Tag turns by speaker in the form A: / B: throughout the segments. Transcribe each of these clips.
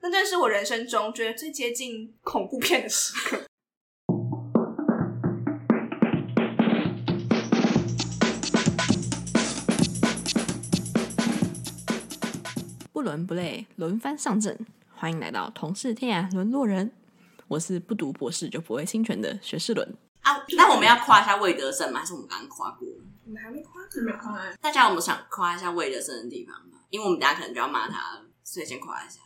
A: 那真是我人生中觉得最接近恐怖片的时刻。
B: 不伦不类，轮番上阵。欢迎来到同是天涯沦落人，我是不读博士就不会侵权的学士伦。
C: 啊，那我们要夸一下魏德胜吗？还是我们刚刚夸过了？
A: 我们还没夸呢，
C: 大家有没有想夸一下魏德胜的地方吧？因为我们等一下可能就要骂他了，所以先夸一下。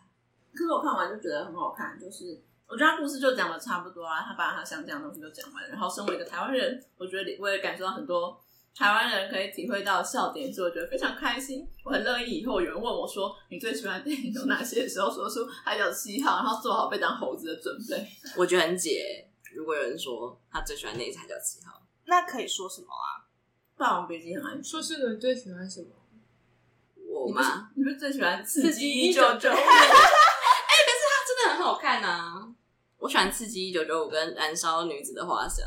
D: 可是我看完就觉得很好看，就是我觉得他故事就讲的差不多啊，他把他想讲的东西都讲完。然后身为一个台湾人，我觉得我也感受到很多台湾人可以体会到的笑点，所以我觉得非常开心。我很乐意以后有人问我说你最喜欢的电影有哪些的时候，说出《海角七号》，然后做好被当猴子的准备。
C: 我觉得很解，如果有人说他最喜欢那一才叫七号，
A: 那可以说什么啊？
D: 《霸王别姬》很安全，
E: 硕士伦最喜欢什么？
C: 我吗？
D: 你不是最喜欢《刺
E: 刺
D: 激
E: 激
D: 一九九五》？
C: 他真的很好看啊！我喜欢《刺激一九九五》跟《燃烧女子的花香》，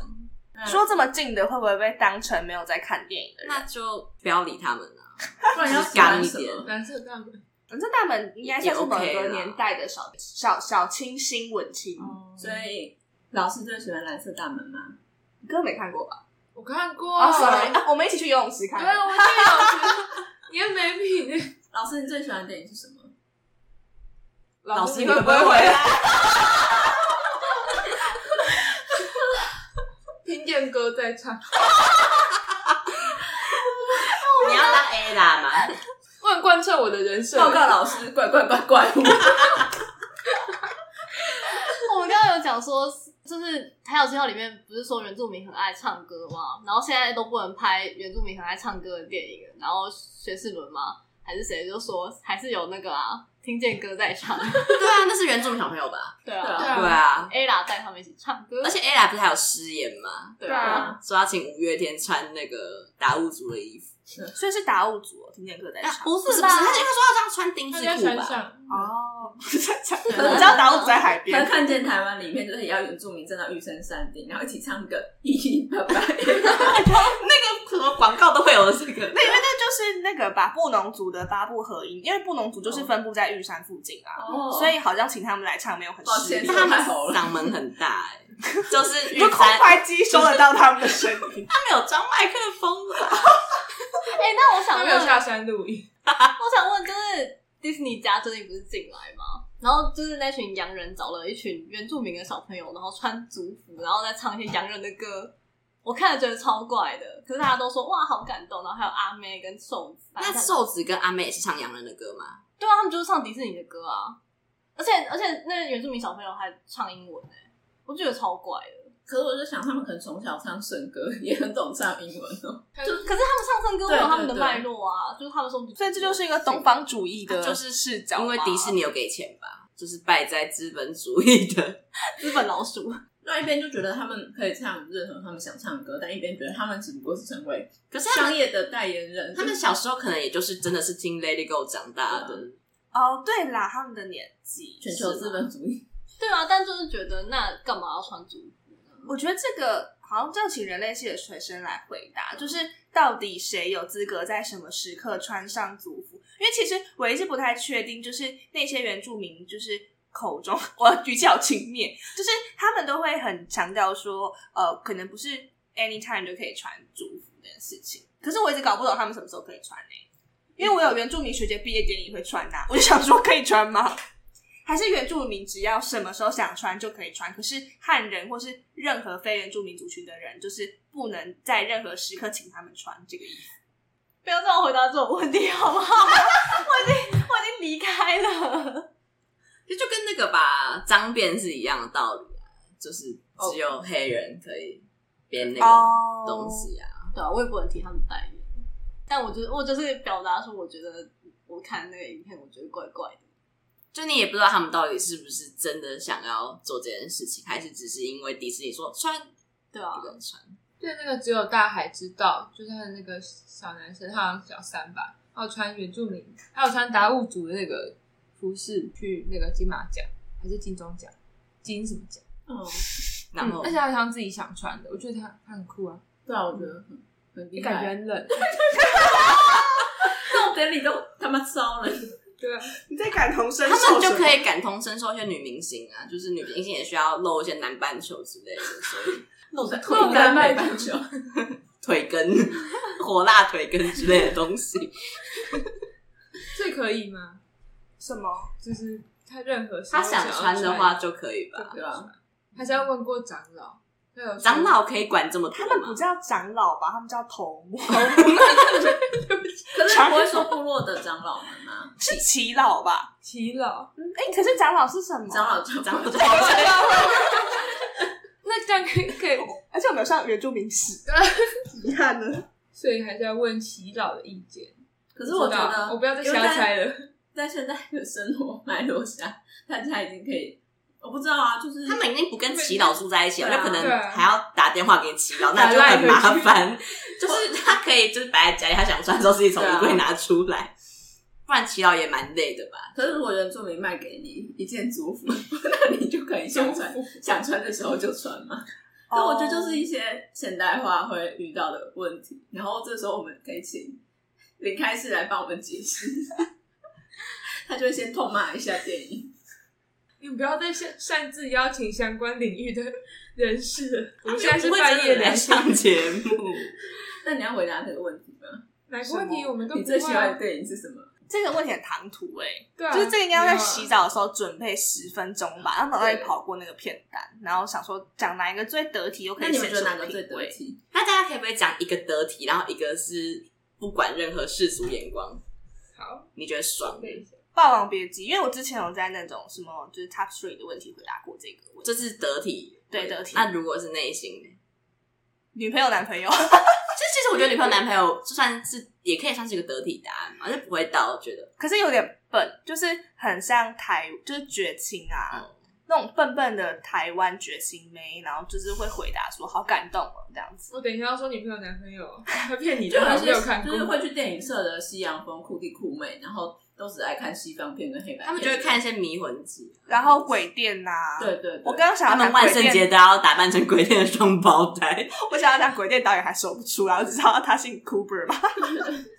A: 嗯说这么近的，会不会被当成没有在看电影的人？
C: 那就不要理他们了。
D: 不 然要喜欢什
C: 干一点
D: 么？
E: 蓝色大门。
A: 反正大门应该算是某
C: 也
A: 个
C: OK 啦
A: 年代的小小小清新文青，
D: 所以老师最喜欢《蓝色大门》吗？
A: 你哥没看过吧？
E: 我看过，
A: 哦，sorry，
E: 对，
A: 啊我们一起去游泳池看的。
E: 我记得有也没品。欸
D: 老师，你最喜欢的电影是什么？
C: 老师，
E: 你
C: 你
E: 会
C: 会
E: 不
C: 不
E: 会
C: 会
E: 回
C: 回来？
E: 听见歌在唱，
C: 你要当 A 啦吗？
E: 我很贯彻我的人设。
D: 报告老师，怪怪怪怪物。
F: 我们刚刚有讲说，就是《还有七号》里面不是说原住民很爱唱歌吗？然后现在都不能拍原住民很爱唱歌的电影了。然后学士伦吗？还是谁就说还是有那个啊，听见歌在唱，
C: 对啊，那是原住民小朋友吧？
F: 对
D: 对
F: 啊
D: 啊
E: 对
C: 对
E: 啊，
C: 啊，
F: ，A 啦带他们一起唱歌，
C: 而且 A 啦不是还有失言吗？
F: 对
A: 对
F: 啊
A: 啊，
C: 说要请五月天穿那个达悟族的衣服。
A: 所以是达悟族哦，听见歌在
C: 啊
A: 唱。
C: 不是不是，
F: 吧
C: 他就应该说要这样穿丁
E: 他
C: 字
E: 在
C: 裤
E: 山
C: 吧？
E: 上，
A: 哦，
D: 啊
A: 你知道达悟族在海
D: 他
A: 边，
D: 看见台湾里面就是也要原住民站到玉山山顶，然后一起唱个“咦拜拜
C: 那个什么广告都会有这个。
A: 对，因为那就是那个吧，布农族的八部合音，因为布农族就是分布在玉山附近”。啊，
D: 哦
A: 所以好像请他们来唱没有很
D: 抱
A: 失
D: 歉
A: 礼
C: 但他们
D: 太好了
C: 嗓门很大哎、就是
A: 你
C: 玉
A: 就
C: 山，
A: 空
C: 他
A: 拍机收得到他们的声音。
C: 们有装麦克风的吧，
F: 哎、那我想
E: 他没有
F: 问，
E: 下山录音。
F: 我想问，就是 Disney 家最近不是进来吗？然后就是那群洋人找了一群原住民的小朋友，然后穿族服，然后再唱一些洋人的歌。我看了觉得超怪的，可是大家都说哇好感动，然后还有阿妹跟瘦子，
C: 那瘦子跟阿妹也是唱洋人的歌吗？
F: 对啊，他们就是唱迪士尼的歌啊，而且而且那原住民小朋友还唱英文哎、我觉得超怪的。
D: 可是我就想，他们可能从小唱顺歌，也很懂唱英文哦。
F: 就可是他们唱唱歌会有
D: 对
F: 他们的
D: 对对
F: 脉络啊，就是他们说，
A: 所以这就是一个东方主义的，
C: 就是
A: 视角吧，
C: 因为迪士尼有给钱吧，就是败在资本主义的。
F: 资本老鼠。
D: 那一边就觉得他们可以唱任何他们想唱的歌，但一边觉得他们只不过是成为
C: 可是他
D: 商
C: 们
D: 业的代言人。
C: 他们小时候可能也就是真的是听 Lady Go 长大的，
A: 哦，对啦，他们的年纪
D: 全球资本主义，
F: 对啊，但就是觉得那干嘛要穿族服呢？
A: 我觉得这个好像就请人类系的学生来回答，就是到底谁有资格在什么时刻穿上族服？因为其实我一直不太确定，就是那些原住民就是口中， 我语气好轻蔑，就是他们都会很强调说，呃，可能不是 anytime 就可以穿族服这件事情。可是我一直搞不懂他们什么时候可以穿呢、因为我有原住民学姐毕业典礼会穿呐、我就想说可以穿吗？还是原住民只要什么时候想穿就可以穿，可是汉人或是任何非原住民族群的人，就是不能在任何时刻请他们穿这个衣服。
F: 不要让我回答这种问题好不好？ 我已经我已经离开了。
C: 就就跟那个吧脏辫是一样的道理啊，就是只有黑人可以编那个
A: 哦
C: 东西啊。
F: 对啊，我也不能替他们代言，但我觉得我就是表达说，我觉得我看那个影片，我觉得怪怪的。
C: 就你也不知道他们到底是不是真的想要做这件事情，还是只是因为迪士尼说穿
F: 对啊
C: 不，能穿。
E: 对，那个只有大海知道，就是他的那个小男生，他好像小三吧，还有穿原住民，还有穿达悟族的那个服饰去那个金马奖还是金钟奖，金什么奖？
D: 嗯，
C: 然后
E: 嗯而且他好像自己想穿的，我觉得他他很酷啊，
D: 对啊，我觉得很很
E: 也
D: 厉
E: 感
D: 害。
E: 觉很冷，
D: 那种典礼都他妈超人，
E: 对啊，
A: 你在感同身受什
C: 他
A: 么，
C: 们就可以感同身受一些女明星啊，就是女明星也需要露一些南半球之类的，所以
D: 露着
E: 露
D: 腿
E: 着
D: 跟
E: 麦
D: 北半球，
C: 腿根、 火辣腿根之类的东西。
E: 这可以吗？
A: 什么？
E: 就是他任何时
C: 他
E: 候
C: 想
E: 要
C: 穿的话就可以
E: 就
C: 吧？
E: 可以穿，还是要问过长老。他有说
C: 长老可以管这么多
A: 他们
C: 吗
A: 不？叫长老吧？他们叫头目，
D: 可是不会说部落的长老们吗？
A: 是耆老吧？
E: 齐老，
A: 嗯，哎、可是长老是什么？
D: 长老就
C: 长老就
E: 那这样可以可以，
A: 而且我们有上原住民史， 遗憾呢。
E: 所以还是要问齐老的意见。
D: 可是我
E: 不知
D: 觉
E: 道
D: 得，
E: 我不要再瞎猜了。
D: 在现在的生活脉络下，大家已经可以，我不知道啊，就是
C: 他们已经不跟祈祷住在一起了，
D: 对
C: 那
D: 啊
C: 可能
E: 对啊
C: 还要打电话给祈祷，
E: 打
C: 那就很麻
E: line 回
C: 烦。就是 他可以就是摆在家里，他想穿的时候自己
E: 啊
C: 从衣柜拿出来，不然祈祷也蛮累的吧？
D: 可是如果原住民卖给你一件族服，那你就可以想穿，想穿的时候就穿嘛。
E: 哦
A: 哦
D: 那我觉得就是一些现代化会遇到的问题，然后这时候我们可以请林开士来帮我们 解释，他就会先痛骂一下电影。
E: 你不要再擅擅自邀请相关领域的人士了。我们现在是
C: 不会
E: 半夜
C: 真的来
E: 两点，
C: 上节目，
D: 那你要回答这个问题吗？
E: 哪个问题我们都
D: 你
E: 不
D: 最喜
E: 会
D: 欢的
E: 啊。
D: 电影是什么？
A: 这个问题很唐突哎、
E: 对啊，
A: 就是这个应该要在洗
E: 澡。
A: 澡的时候准备十分钟吧，然后脑袋里跑过那个片段，然后想说讲哪一个最得体，又可
D: 那
A: 以
D: 你们
A: 显
D: 觉得
A: 出
D: 哪个
A: 品
D: 最得
A: 味。
D: 体？
C: 那大家可以不可以讲一个得体，然后一个是不管任何世俗眼光，
E: 好，
C: 你觉得爽？
E: 等一
A: 《
E: 下，
A: 霸王别姬》，因为我之前有在那种什么就是 Top Three 的问题回答过这个问题，
C: 这是得体，
A: 对得体
C: 那如果是内心呢？
A: 女朋友、男朋友，
C: 其实，其实我觉得女朋友、男朋友就算是也可以算是一个得体答案嘛，就不会到觉得
A: 可是有点笨，就是很像台就是绝情啊、
D: 嗯
A: 那种笨笨的台湾绝情妹，然后就是会回答说好感动哦这样子。
E: 我等一下要说女朋友男朋友，他骗你
D: 就
E: 的，
D: 还
E: 我
D: 是
E: 没有看过。
D: 就是会去电影社的西洋风酷弟酷妹，然后都只爱看西方片跟黑白片。
C: 他们就会看一些迷魂集，
A: 然后鬼店呐、
D: 对对对，
A: 我刚刚想
C: 他
A: 要
C: 们
A: 讲
C: 万
A: 鬼
C: 圣节
A: 店，
C: 都要打扮成鬼店的双胞胎，
A: 我想要讲鬼店导演还说不出来，我只知道他姓 Cooper 吧。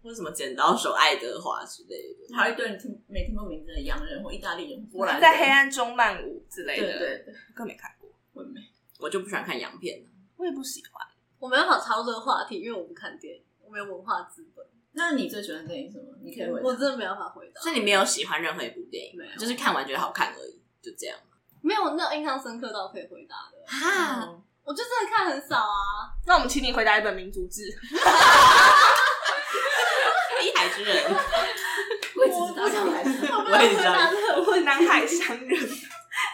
C: 或者什么剪刀手爱德华之类的。
D: 还有一堆你听没听过名字的洋人或意大利人、波兰人，
A: 在黑暗中漫舞之类
D: 对
A: 的，
D: 对对，
A: 更没看过，
D: 我没。
C: 我就不喜欢看洋片，
A: 我也不喜欢。
F: 我没办法插入这个话题，因为我不看电影，我没有文化资本，
D: 那你最喜欢的电影什么？你可以回答
F: 我真的没办法回答。
C: 所以你没有喜欢任何一部电影
D: 没有，
C: 就是看完觉得好看而已，就这样。
F: 没有那种印象深刻到可以回答的，
C: 哈，
D: 哦
F: 我就真的看很少 啊。
A: 那我们请你回答一本民族志，
C: 一海之人，
D: 我也只知道你来 自
F: 我
D: 哪
F: 没
C: 我也
F: 有回
D: 里
C: 知道
F: 答这个问题，
A: 南海乡人。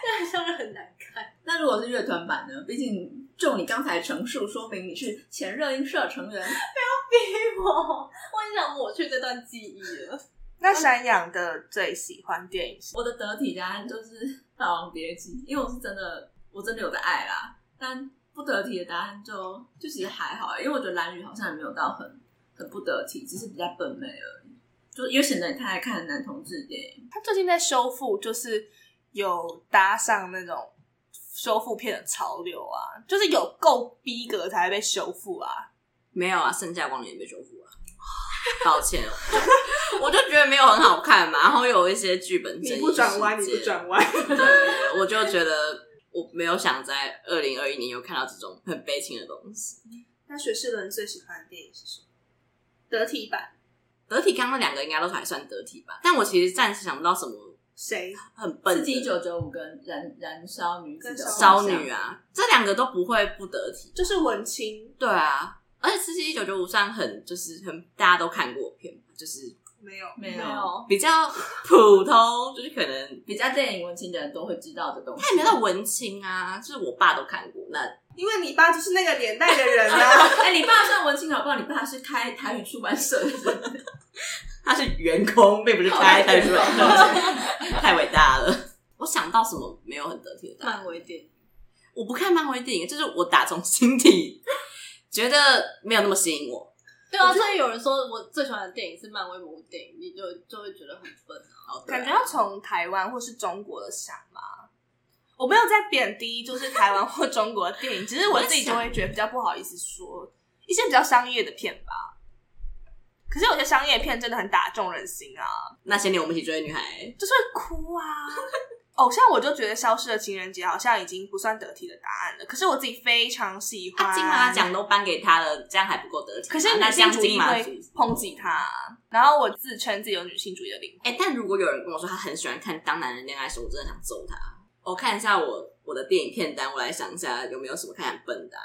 F: 但好像是很难看。
D: 那如果是乐团版呢？毕竟就你刚才陈述，说明你是前热音社成员。
F: 我我很想抹去这段记忆了。
A: 那山羊的最喜欢电影是？
D: 我的得体答案就是《霸王别姬》，因为我是真的，我真的有在爱啦。但不得体的答案就就其实还好、因为我觉得蓝宇好像也没有到很很不得体，只是比较笨妹而已。就因为显得你太爱看男同志电影，
A: 他最近在修复，就是有搭上那种修复片的潮流啊，就是有够逼格才会被修复啊。
C: 没有啊，《圣驾光年》也被修 复啊。抱歉，我就觉得没有很好看嘛，然后有一些剧本争议事件
A: 弯，
C: 对，我就觉得我没有想在二零二一年又看到这种很悲情的东西。
A: 那学士伦最喜欢的电影是什么？得体版
C: 得体刚刚那两个应该都还算得体吧，但我其实暂时想不到什么
A: 谁？
C: 很
D: 《
C: 笨
D: 刺
C: 的
D: 激九九五》跟《燃燃烧女子的
A: 跟
C: 少女，啊，这两个都不会不得体。
A: 就是文青，
C: 对啊，而且《刺激一九九五》算很就是很大家都看过的片吧，就是
A: 没有
D: 没
F: 没
D: 有
F: 有，
C: 比较普通，就是可能
D: 比较电影文青的人都会知道的东西。
C: 他也没有到文青啊，就是我爸都看过，那
A: 因为你爸就是那个年代的 人啊。
D: 哎、你爸算文青好不好？你爸是开台语出版社的人。
C: 他是员工，并不是开太出来， 太伟大了。我想到什么没有很得体的答案，
F: 漫威电影。
C: 我不看漫威电影，就是我打从心底觉得没有那么吸引我。
F: 对啊，所以有人说我最喜欢的电影是漫威某电影，你就就会觉得很笨啊。
C: 好的
A: 感觉要从台湾或是中国的想嘛。我没有在贬低，就是台湾或中国的电影，只是我自己就会觉得比较不好意思说一些比较商业的片吧。可是有些商业片真的很打中人心啊，
C: 那些年我们一起追的女孩，
A: 就是会哭 啊。偶像我就觉得《消失的情人节》好像已经不算得体的答案了，可是我自己非常喜欢。
C: 啊，金马奖都颁给她了，这样还不够得体吗。
A: 可是女
C: 那
A: 性
C: 像
A: 主义
C: 金马
A: 会
C: 组
A: 抨击她，然后我自称自己有女性主义的灵魂。
C: 哎、但如果有人跟我说他很喜欢看《当男人恋爱时》，我真的想揍他。我看一下我我的电影片单，我来想一下有没有什么看笨蛋。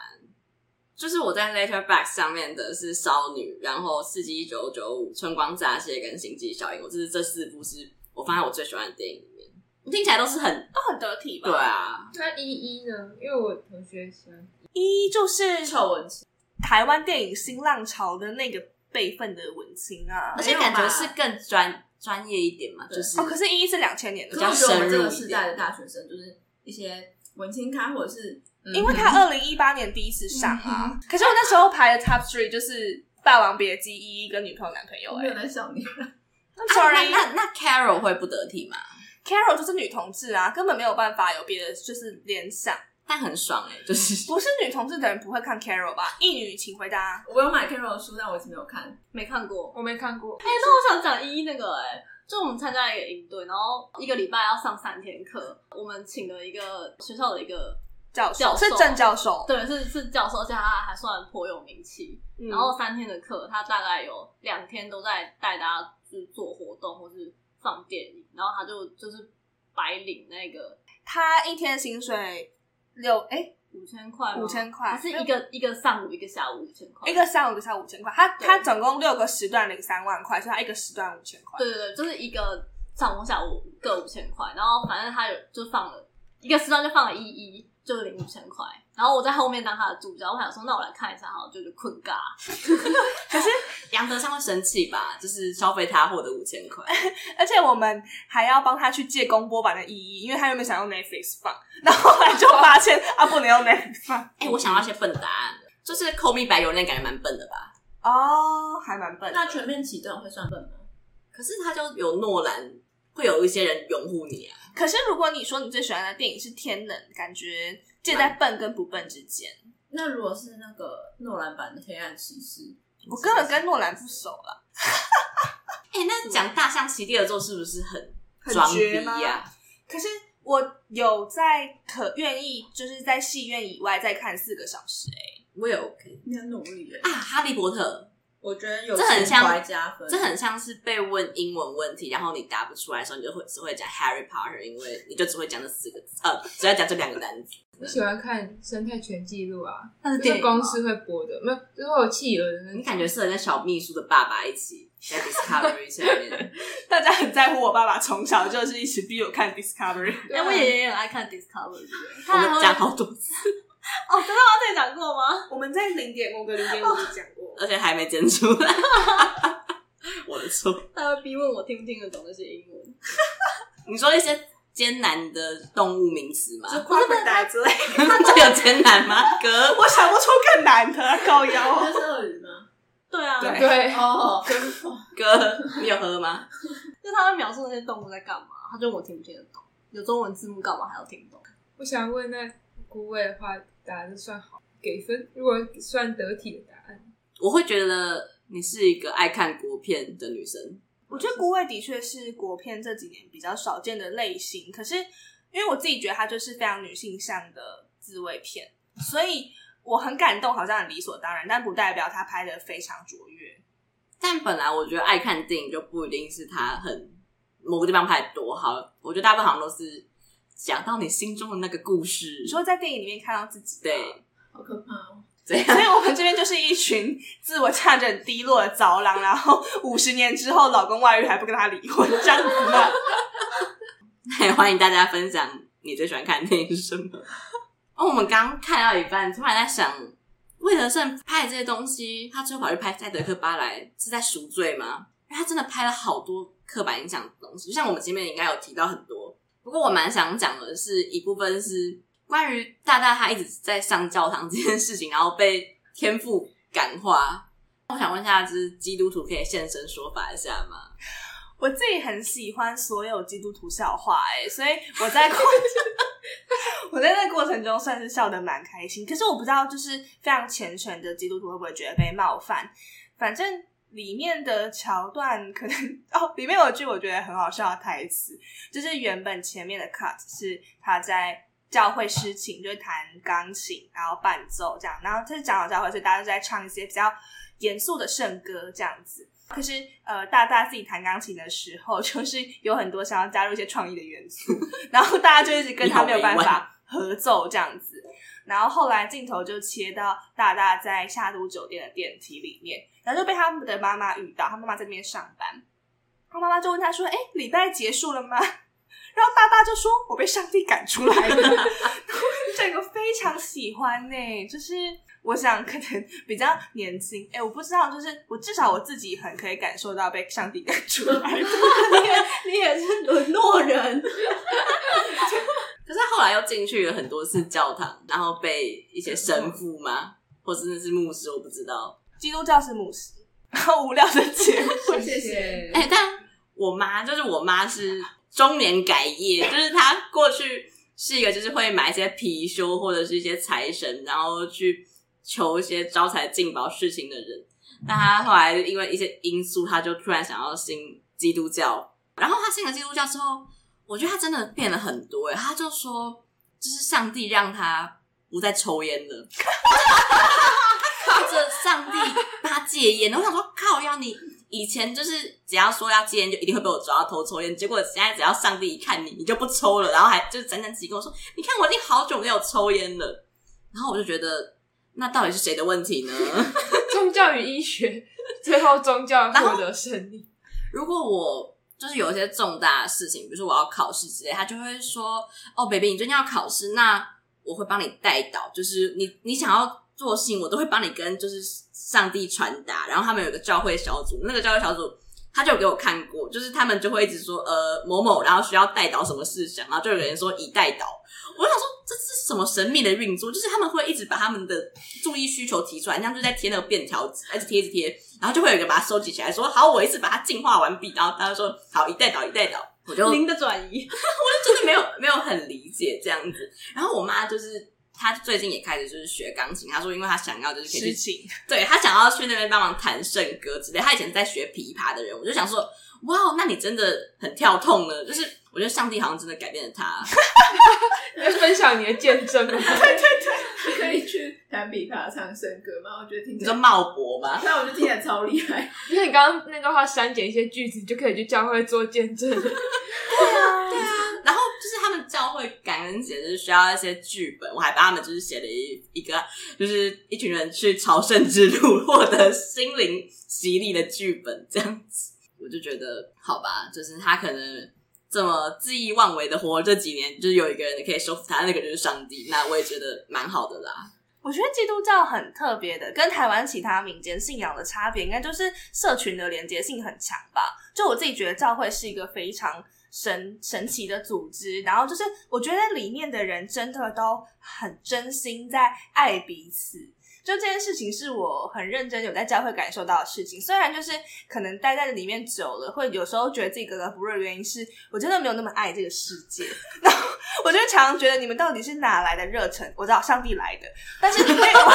C: 就是我在 Letterbox 上面的是《少女》，然后《四季一九九五》《春光乍泄》跟《星际效应》，我这是这四部是我放在我最喜欢的电影里面。听起来都是很
A: 都很得体吧？
C: 对，啊，
E: 那依依呢？因为我同学喜欢
A: 一就是
D: 臭文青，
A: 台湾电影新浪潮的那个辈分的文青啊
C: 而。且感觉是更专专业一点嘛，
D: 对
C: 就是啊
A: 哦，可是一是两千年
D: 可
A: 的
D: 是
A: 作
D: 我
A: 品，
D: 觉得我
C: 比较
D: 们这
C: 深入
D: 个
C: 一
D: 世
C: 点
D: 代的大学生，就是一些文青咖，或者是、嗯
A: 因为他二零一八年第一次上啊。可是我那时候排的 top three 就是《霸王别姬》、一一跟女朋友男朋友、
D: 我
A: 欸。
D: 没有
A: 哎
D: 在笑你，
A: ，I'm
C: 啊
A: sorry，、
C: 那那那 Carol 会不得体吗？
A: Carol 就是女同志啊，根本没有办法有别的就是联想。
C: 但很爽哎、就是
A: 不是女同志的人不会看 Carol 吧？一女请回答。
D: 我有买 Carol 的书，但我一直没有看。
F: 没看过。
E: 我没看过，
F: 哎、那我想讲一一那个哎、就我们参加一个营队，然后一个礼拜要上三天课，我们请了一个学校的一个，
A: 教授
F: 教授
A: 是郑教授，
F: 对，是是教授，而且他还算颇有名气。
A: 嗯
F: 然后三天的课，他大概有两天都在带大家去做活动或是放电影，然后他就就是白领那个
A: 他一天薪水六哎、
F: 五千块吗，
A: 五千块
F: 还是一个一个上午一个下午五千块，
A: 一个上午一个下午五千块，他
F: 哦对
A: 他总共六个时段领三万块，所以他一个时段五千块。
F: 对对对，就是一个上午下午各五千块，然后反正他有就放了一个时段就放了一一，就领五千块。然后我在后面当他的助教，我想说那我来看一下，好了，就就困尬。
C: 杨德昌会生气吧？就是消费他获得五千块，
A: 而且我们还要帮他去借公播版的意义，因为他原本想用 Netflix 放，然后后来就发现啊不能用 Netflix 放。
C: 哎、我想要一些笨答案，就是《Call Me by Your Name》感觉蛮笨的吧？
A: 哦，还蛮笨的。
D: 那全面启动会算笨吗？
C: 可是他就有诺兰，会有一些人拥护你啊。
A: 可是如果你说你最喜欢的电影是《天能》，感觉介在笨跟不笨之间。
D: 那如果是那个诺兰版的《黑暗骑士》，
A: 我根本跟诺兰不熟了，
C: 哎、那讲《大象席地而坐》是不是很
A: 很
C: 装逼啊
A: 绝吗
C: 呀、
A: 可是我有在可愿意，就是在戏院以外再看四个小时、欸。
C: 我也 OK
D: 你很努力耶
C: 啊，，《哈利波特
D: 我觉得有
C: 这很像
D: 情怀加分》
C: 这 很像是被问英文问题，然后你答不出来的时候，你就会只会讲 Harry Potter，因为你就只会讲这四个字，呃，只要讲这两个单词。
E: 我喜欢看生态全记录啊，
A: 嗯
F: 但是
E: 就
F: 电
E: 是
F: 影吗
E: 公司会播的，没有，就是会有企鹅的那种
C: 你感觉适合跟小秘书的爸爸一起 在 Discovery 上面。
A: 大家很在乎我爸爸从小就是一直逼我看 Discovery，
E: 对
F: 哎、
E: 啊
F: 我爷爷也很爱看 Discovery，
C: 我
F: 他还
C: 们
F: 会
C: 讲好多次，
F: 哦，真的吗？这里讲过吗？
A: 我们在零点五跟零点五讲过。
C: 而且还没剪出来， 我的错。
F: 他会逼问我听不听得懂那些英文。
C: 你说一些艰难的动物名词吗？
A: 夸克达之类，
C: 这有艰难 吗？哥，
A: 我想不出更难的啊高腰。
D: 那是鳄鱼吗？
F: 对啊，
A: 对
E: 对，
D: 哦，
C: 哥，你有喝吗？
F: 就他会描述那些动物在干嘛，他就问我听不听得懂。有中文字幕干嘛还要听不懂？
E: 我想问，那枯位的话，答的算好给分？如果算得体的答案，
C: 我会觉得你是一个爱看国片的女生。
A: 我觉得《孤味》的确是国片这几年比较少见的类型，可是因为我自己觉得它就是非常女性向的自慰片，所以我很感动，好像很理所当然，但不代表它拍的非常卓越。
C: 但本来我觉得爱看电影就不一定是他很某个地方拍得多好，我觉得大部分好像都是讲到你心中的那个故事
A: 你。说在电影里面看到自己，
C: 对，
D: 好可怕哦！
C: 这样
A: 所以我们这边就是一群自我价值很低落的糟狼，然后五十年之后老公外遇还不跟他离婚，这样子吗？
C: 也 欢迎大家分享你最喜欢看的电影是什么。哦，我们刚刚看到一半，突然在想，魏德胜拍的这些东西，他最后跑去拍《赛德克巴莱》，是在赎罪吗？因为他真的拍了好多刻板印象的东西，就像我们前面应该有提到很多。不过我蛮想讲的是，一部分是关于大大他一直在上教堂这件事情，然后被天赋感化。我想问一下，就是基督徒可以现身说法一下吗？
A: 我自己很喜欢所有基督徒笑话、欸，哎，所以我在过我在那过程中 算是笑得蛮开心。可是我不知道，就是非常虔诚的基督徒会不会觉得被冒犯？反正里面的桥段可能哦，里面有一句我觉得很好笑的台词，就是原本前面的 cut 是他在教会诗情，就是弹钢琴，然后伴奏这样，然后他讲到教会，所以大家就在唱一些比较严肃的圣歌这样子。可是，呃，大大自己弹钢琴的时候，就是有很多想要加入一些创意的元素，然后大家就一直跟他没有办
C: 你好委
A: 法合奏这样子。然后后来镜头就切到大大在夏都酒店的电梯里面，然后就被他们的妈妈遇到，他妈妈在那边上班，他妈妈就问他说：“哎，礼拜结束了吗？”然后大大就说：“我被上帝赶出来了。”然后这个非常喜欢呢、就是我想可能比较年轻，哎，我不知道，就是我至少我自己很可以感受到被上帝赶出来的。
F: 你也是沦落人，
C: 可是他后来又进去了很多次教堂，然后被一些神父吗，或是那是牧师，我不知道。
A: 基督教是牧师，然后无聊的结婚，
D: 谢谢。
C: 哎、但我妈就是我妈是中年改业，就是她过去是一个就是会买一些貔貅或者是一些财神，然后去求一些招财进宝事情的人。但她后来因为一些因素，她就突然想要信基督教。然后她信了基督教之后，我觉得她真的变了很多、欸。她就说，就是上帝让她不再抽烟了。靠着上帝帮他戒烟。我想说，靠要你以前就是只要说要戒烟，就一定会被我抓到偷抽烟。结果现在只要上帝一看你，你就不抽了，然后还就是沾沾自喜跟我说：“你看我已经好久没有抽烟了。”然后我就觉得，那到底是谁的问题呢？
E: 宗教与医学， 最后宗教获得胜利。
C: 如果我就是有一些重大的事情，比如说我要考试之类，他就会说：“哦，baby，你最近要考试，那我会帮你带导，就是你你想要做的事情，我都会帮你跟就是上帝传达。”然后他们有一个教会小组，那个教会小组他就有给我看过，就是他们就会一直说：“呃，某某，然后需要带导什么事项。”然后就有人说：“已带导。”我想说这是什么神秘的运作？就是他们会一直把他们的注意需求提出来，像就在贴那个便条纸，一直贴一直贴，然后就会有一个把它收集起来，说好，我一次把它净化完毕，然后大家说好，一代倒一代倒，我就
F: 零的转 移。
C: 真的没有没有很理解这样子。然后我妈就是她最近也开始就是学钢琴，她说因为她想要就是可以去
A: 诗情。
C: 对他想要去那边帮忙弹圣歌之类。他以前是在学琵琶的人，我就想说，哇，哦那你真的很跳痛呢。就是我觉得上帝好像真的改变了他。
E: 你要分享你的见证啊吗？
D: 可以去 弹琵琶唱圣歌吗？我觉得听
C: 你
D: 起
C: 说
D: 来，
C: 茂博吗？
D: 那我就听起来超厉害。
E: 就是你刚刚那段话删减一些句子，你就可以去教会做见证。
C: 然后就是他们教会感恩节就是需要一些剧本，我还帮他们就是写了一一个，就是一群人去朝圣之路获得心灵洗礼的剧本这样子。我就觉得好吧，就是他可能这么恣意妄为的活这几年，就是有一个人可以收服他，那个就是上帝。那我也觉得蛮好的 啦。
A: 我觉得基督教很特别的，跟台湾其他民间信仰的差别，应该就是社群的连接性很强吧。就我自己觉得，教会是一个非常神神奇的组织，然后就是我觉得里面的人真的都很真心在爱彼此。就这件事情是我很认真有在教会感受到的事情，虽然就是可能待在里面久了，会有时候觉得自己格格不入的原因是，我真的没有那么爱这个世界。 然后我就常常觉得你们到底是哪来的热忱？我知道上帝来的，但是因为我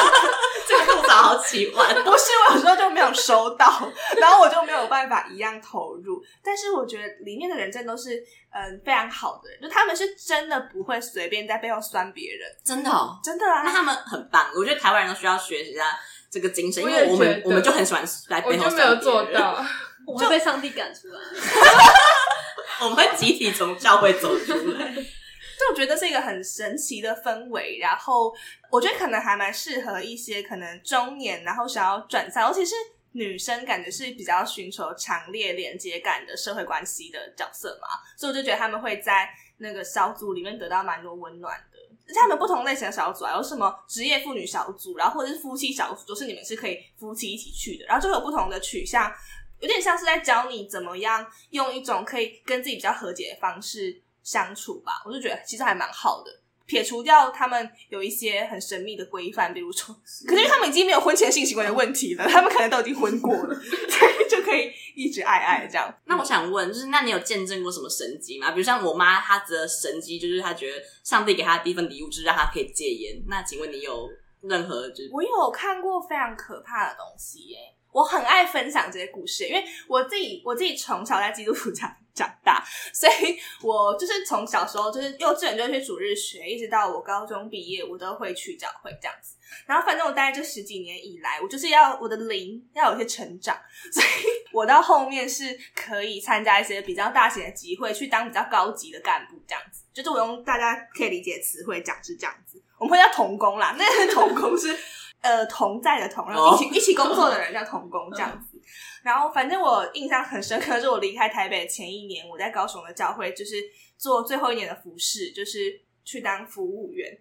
C: 这个吐槽好奇怪。
A: 不是，我有时候就没有收到，然后我就没有办法一样投入。但是我觉得里面的人真的都是嗯非常好的人，就他们是真的不会随便在背后酸别人，
C: 真的哦，
A: 真的啊。
C: 那他们很棒，我觉得台湾人都需要学习一下这个精神，因
E: 我也
C: 为我
E: 觉
C: 们我
E: 得
C: 们就很喜欢来
E: 我
C: 背后
E: 就没
C: 酸别人
E: 有做， 到，
F: 我会被上帝赶出 来，
C: 我们会集体从教会走出来。
A: 就我觉得是一个很神奇的氛围，然后我觉得可能还蛮适合一些可能中年，然后想要转向，尤其是女生，感觉是比较寻求强烈连接感的社会关系的角色嘛，所以我就觉得他们会在那个小组里面得到蛮多温暖的。而且他们不同类型的小组啊，有什么职业妇女小组，然后或者是夫妻小组，都是你们是可以夫妻一起去的，然后就会有不同的取向，有点像是在教你怎么样用一种可以跟自己比较和解的方式相处吧。我就觉得其实还蛮好的，撇除掉他们有一些很神秘的规范，比如说，可是因为他们已经没有婚前性行为的问题了，他们可能都已经婚过了，对，就可以一直爱爱这样。
C: 那我想问，就是那你有见证过什么神迹吗？比如像我妈，她的神迹就是她觉得上帝给她的第一份礼物就是让她可 以戒烟。那请问你有任何就是
A: 我有看过非常可怕的东西耶、我很爱分享这些故事，因为我自己我自己从小在基督徒长长大，所以我就是从小时候就是幼稚园就去主日学，一直到我高中毕业，我都会去教会这样子。然后反正我大概这十几年以来，我就是要我的灵要有一些成长，所以我到后面是可以参加一些比较大型的集会，去当比较高级的干部这样子。就是我用大家可以理解的词汇讲是这样子，我们会叫童工啦，那个童工是。呃，同在的同，然后一起一起工作的人叫同工这样子。然后，反正我印象很深刻，是我离开台北前一年，我在高雄的教会就是做最后一年的服饰，就是去当服务员。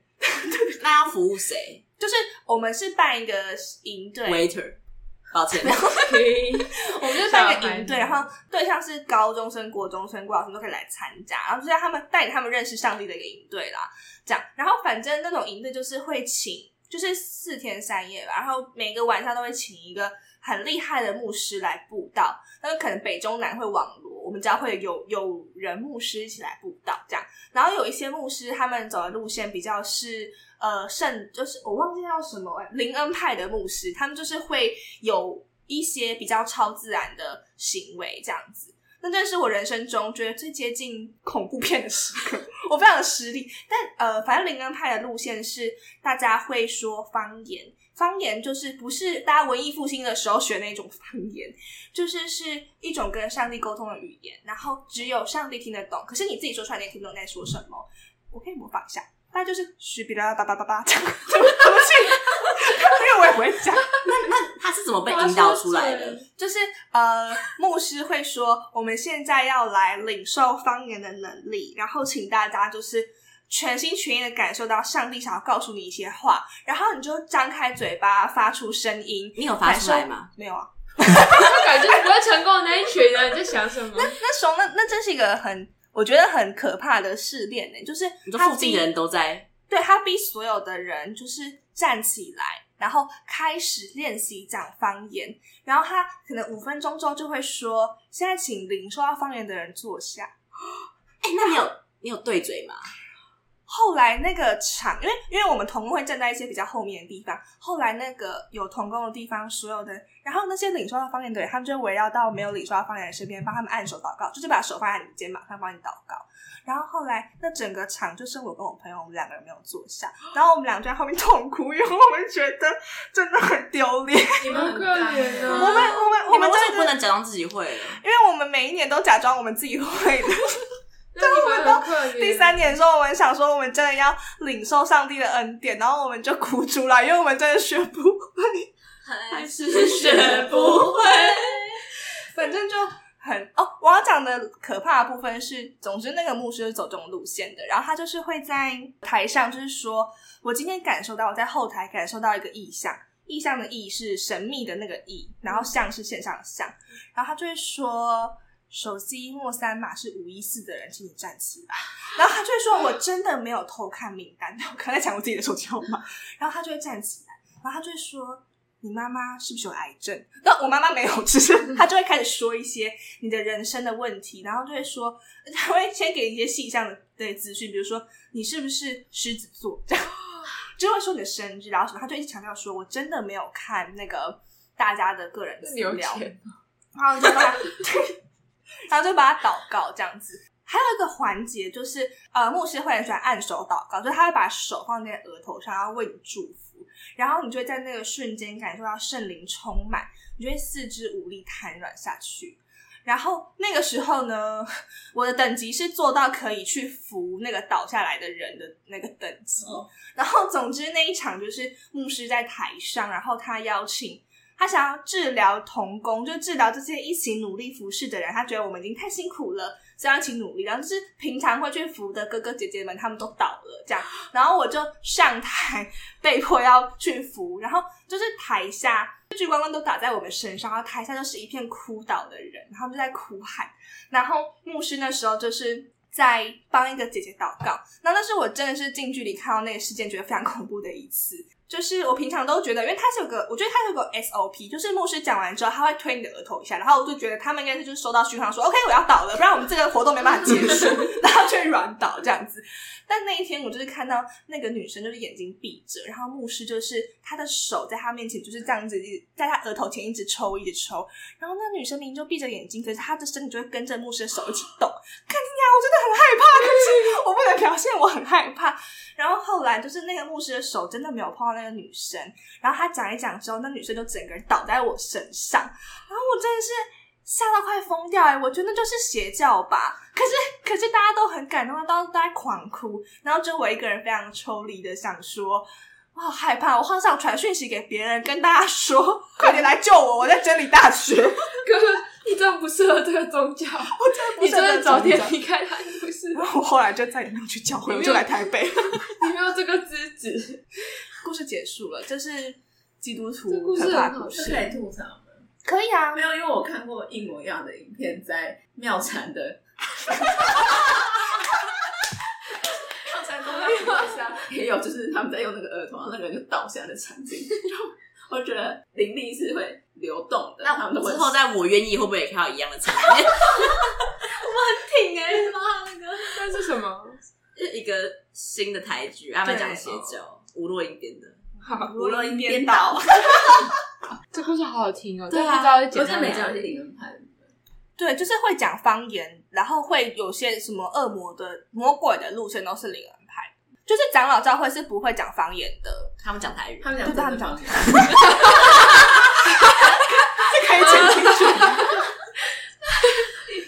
C: 那要服务谁
A: 就是我们是办一个营队，
C: ？Waiter，抱 歉，
A: 我们就是办一个营队，然后对象是高中生、国中生、国小生都可以来参加，然后就让他们带给他们认识上帝的一个营队啦。这样，然后反正那种营队就是会请，就是四天三夜吧，然后每个晚上都会请一个很厉害的牧师来布道，那可能北中南会网罗，我们教会有有人牧师一起来布道这样，然后有一些牧师他们走的路线比较是。呃，圣就是我忘记叫什么、欸、灵恩派的牧师，他们就是会有一些比较超自然的行为这样子。那这是我人生中觉得最接近恐怖片的时刻， 我非常的失礼。但呃，反正灵恩派的路线是大家会说方言，方言就是不是大家文艺复兴的时候学那种方言，就是是一种跟上帝沟通的语言，然后只有上帝听得懂，可是你自己说出来你也听不懂你在说什么。我可以模仿一下，大概就是许比拉叭叭叭叭这样，对不起，因为我也不会讲。
C: 他是怎么被引导出来的？
A: 就是呃，牧师会说，我们现在要来领受方言的能力，然后请大家就是全心全意的感受到上帝想要告诉你一些话，然后你就张开嘴巴发出声音。
C: 你有发出来吗？
A: 没有啊，
E: 我感觉不会成功的那一群人你在想什么？
A: 那时候那那真是一个很我觉得很可怕的试炼呢，就是
C: 你说
A: 他
C: 附近的人都在，
A: 对他逼所有的人就是站起来，然后开始练习讲方言，然后他可能五分钟之后就会说：“现在请领受到方言的人坐下。
C: 哎、那你有 你有对嘴吗？”
A: 后来那个场，因为因为我们童工会站在一些比较后面的地方，后来那个有童工的地方，所有的人，然后那些领受到方言的人，他们就会围绕到没有领受到方言的人身边，帮他们按手祷告，就是把手放在你肩膀上帮你祷告。然后后来那整个场就剩我跟我朋友，我们两个人没有坐下，然后我们俩就在后面痛哭，因为我们觉得真的很丢脸。
D: 你
E: 好
D: 们
E: 可
D: 很干
E: 怜
A: 我
E: 哦
A: 们我们我
C: 你们
A: 们
C: 为什
A: 真
C: 么
A: 的
C: 不能假装自己会了？
A: 因为我们每一年都假装我们自己会的。
E: 那你们很可怜。
A: 第三年的时候，我们想说我们真的要领受上帝的恩典，然后我们就哭出来，因为我们真的学不会，
F: 还
C: 是学不会。
A: 反正就很哦。我要讲的可怕的部分是，总之那个牧师是走这种路线的，然后他就是会在台上就是说，我今天感受到我在后台感受到一个意象。意象的意是神秘的那个意，然后像是线上的像，然后他就会说手机莫三码是五一四的人，请你站起来。然后他就会说我真的没有偷看名单，我刚才讲我自己的手机号码，然后他就会站起来，然后他就会说。你妈妈是不是有癌症？那我妈妈没有，只是他就会开始说一些你的人生的问题，然后就会说，他会先给你一些细项的对资讯，比如说你是不是狮子座，这样就会说你的生日，然后什么，他就一直强调说，我真的没有看那个大家的个人资
E: 流
A: 料，
E: 钱，
A: 然后就把他，对 然后就把他祷告这样子。还有一个环节就是，呃，牧师会很喜欢按手祷告，就是他会把手放在额头上，然后为你祝福，然后你就会在那个瞬间感受到圣灵充满，你就会四肢无力瘫软下去。然后那个时候呢，我的等级是做到可以去扶那个倒下来的人的那个等级。
D: 哦
A: 然后总之那一场就是牧师在台上，然后他邀请他想要治疗童工，就治疗这些一起努力服侍的人。他觉得我们已经太辛苦了，所以要一起努力。然后就是平常会去服的哥哥姐姐们，他们都倒了这样。然后我就上台，被迫要去服，然后就是台下聚光灯都打在我们身上，然后台下就是一片哭倒的人，然后就在哭喊。然后牧师那时候就是。在帮一个姐姐祷告，那那是我真的是近距离看到那个事件，觉得非常恐怖的一次。就是我平常都觉得，因为它是有个，我觉得它有个 SOP，就是牧师讲完之后，他会推你的额头一下，然后我就觉得他们应该是就是收到讯号说 OK 我要倒了，不然我们这个活动没办法结束，然后就会软倒这样子。但那一天我就是看到那个女生就是眼睛闭着，然后牧师就是他的手在她面前就是这样子，一直在她额头前一直抽一直抽，然后那女生明明就闭着眼睛，可是她的身体就会跟着牧师的手一起动。看见呀，我真的很害怕，可是我不能表现我很害怕。然后后来就是那个牧师的手真的没有碰到那个女生，然后他讲一讲之后，那女生就整个人倒在我身上，然后我真的是吓到快疯掉哎、我觉得那就是邪教吧。可是可是大家都很感动，大家都在狂哭，然后就我一个人非常抽离的想说。我好害怕！我好想传讯息给别人，跟大家说， 快点来救我！我在真理大学，
E: 哥，你真的不适合这个宗 教，
A: 我真的不
E: 你
A: 是
E: 真的早点
A: 很
E: 离开它，你不是，
A: 然后我后来就再也没有去教会，我就来台北。
E: 你没有这个资质。
A: 故事结束了，这是基督
E: 这
A: 徒
E: 故事
A: 可怕
E: 很
A: 的
E: 好
A: 故
D: 这
A: 事
D: 可，以 吐槽吗？
A: 可以啊
D: 没。有，因为我看过一模一样的影片，在妙禅的。 妙禅公园也有，就是他们在用那个儿童，然后那个人就倒下的场景，就我觉得灵力是会流动的，他们都会
C: 之后在我愿意会不会也看到一样的场面？
F: 挺哎、欸，妈那个
E: 那是什么？
C: 就是 一个新的台剧，他们讲邪教，吴若英编的，
E: 好，
A: 无论一边
D: 倒
A: 倒，
E: 这故事好好听哦，
C: 对啊
E: 但不知道是
D: 我
E: 简
D: 觉得
E: 单
D: 每家
E: 的。
D: 有些灵恩派的。
A: 对，就是会讲方言，然后会有些什么恶魔的、魔鬼的路线都是灵恩派，就是长老教会是不会讲方言的，
C: 他们讲台语，
D: 他们讲
A: 对他们
D: 真的方言，
A: 这可以讲清楚。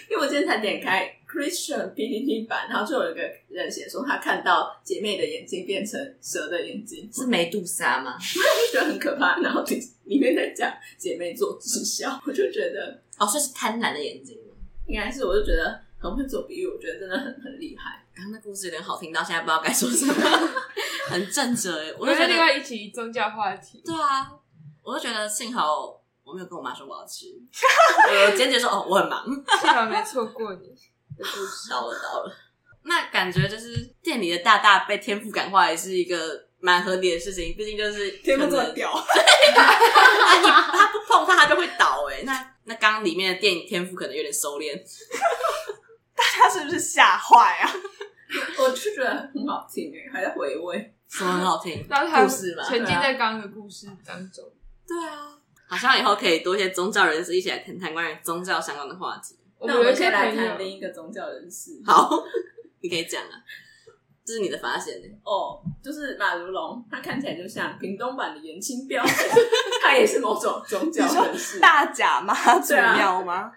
D: 因为我今天才点开 Christian PPT 版，然后就有一个人写说他看到姐妹的眼睛变成蛇的眼睛，
C: 是梅杜莎吗？
D: 觉得很可怕。然后里面在讲姐妹做直销， 我就觉得
C: 哦，所以是贪婪的眼睛吗。
D: 应该是，我就觉得很会做比喻，我觉得真的很很厉害。
C: 刚刚那故事有点好听到现在不知道该说什 么，很正直欸。我
E: 我
C: 就
E: 觉
C: 觉
E: 得另
C: 得，
E: 外一期宗教话 题，
C: 对啊，我就觉得幸好我没有跟我妈说我要 吃，我坚决说哦我很忙，
E: 幸好没错过你的故事。
C: 到了到了。那感觉就是店里的大大被天赋感化也是一个蛮合理的事情，毕竟就是可能
A: 屌，
C: 啊，你他不碰他，他就会倒哎、那那刚刚里面的电影天赋可能有点收敛，
A: 他是不是吓坏啊？
D: 我就觉得很好听哎、还在回味。
C: 什么很好 听。
E: 然后他
C: 故事嘛
E: 沉浸在刚刚的故事当中。
C: 对啊，好像以后可以多一些宗教人士一起来谈谈关于宗教相关的话题。
E: 我
D: 那
E: 们
D: 我
E: 有
D: 们
E: 一
D: 可以
E: 些
D: 来
E: 朋
D: 谈另
E: 友，
D: 一个宗教人士，
C: 好， 你可以讲啊，这是你的发现呢、
D: 哦，就是马如龙，他看起来就像屏东版的严清标， 他也是某种宗教人士。
A: 大甲妈祖庙吗？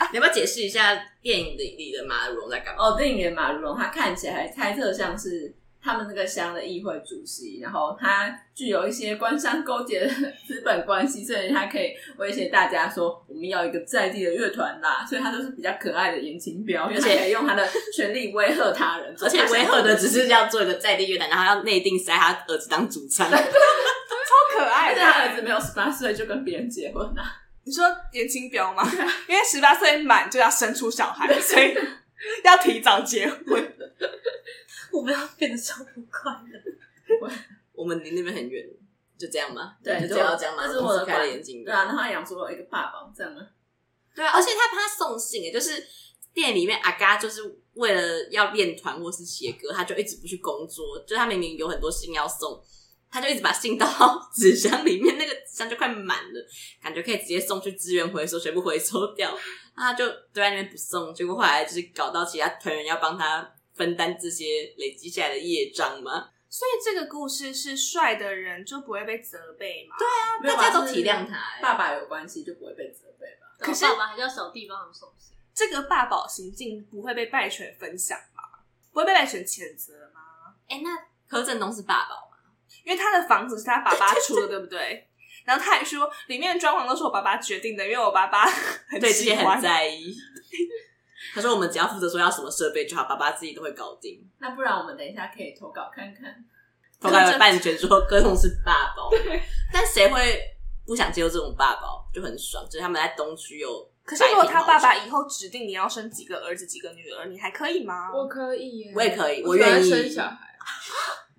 C: 啊你要不要解释一下电影里里的马蓉在干嘛？
D: 哦，电影里的马如龙，他看起来猜测像是他们那个乡的议会主席，然后他具有一些官商勾结的 资本关系，所以他可以威胁大家说我们要一个在地的乐团啦，所以他就是比较可爱的言情标，而且可以用他的权力威吓他人，
C: 而且维和的只是要做一个在地乐坛，然后要内定塞他儿子当主唱，
A: 超可爱
D: 而
A: 的。
D: 且他儿子没有十八岁就跟别人结婚啊啦，
A: 你说严清标吗？因为十八岁满就要生出小孩，所以要提早结婚。
F: 我们要变得超不快乐。
C: 我们离那边很远，就这样吗？
D: 对
C: 就这样
D: 就
C: 这样吗？
D: 这是我的
C: 公司开了眼睛，
D: 对啊，然后他养出了一个爸爸这样啊，
C: 对啊，而且他帮他送信耶，就是店里面阿嘎就是为了要练团或是写歌，他就一直不去工作，就他明明有很多信要送，他就一直把信倒到 纸箱里面，那个箱就快满了，感觉可以直接送去资源回收，全部回收掉，那他就对在那边不送，结果后来就是搞到其他团员要帮他分担这些累积下来的业障嘛，
A: 所以这个故事是帅的人就不会被责备嘛？对啊，
D: 没有
C: 大家
D: 吧
C: 都体谅，他
D: 是
C: 耶。
D: 爸爸有关系就不会被责备吧？
A: 可是
F: 然后爸爸还叫小弟帮他们送信，
A: 这个爸宝行径不会被拜权分享吗？不会被拜权谴责吗？
C: 哎、那柯震东是爸爸吗？
A: 因为他的房子是他爸爸出的，对不对？然后他还说里面的装潢都是我爸爸决定的，因为我爸爸很
C: 对这
A: 喜
C: 些
A: 欢
C: 很。在意。 他说：“我们只要负责说要什么设备就好，爸爸自己都会搞定。
D: 那不然我们等一下可以投稿看看。”
C: 头盖有半卷说歌颂是爸爸，但谁会不想接受这种爸爸？就很爽，就是他们在东区有
A: 可
C: 摆
A: 是
C: 平
A: 如
C: 毛
A: 果
C: 球。
A: 他爸爸以后指定你要生几个儿子几个女儿，你还可以吗？
E: 我可以耶，
C: 我也可以
E: 我喜欢
C: 我愿意
E: 生小孩。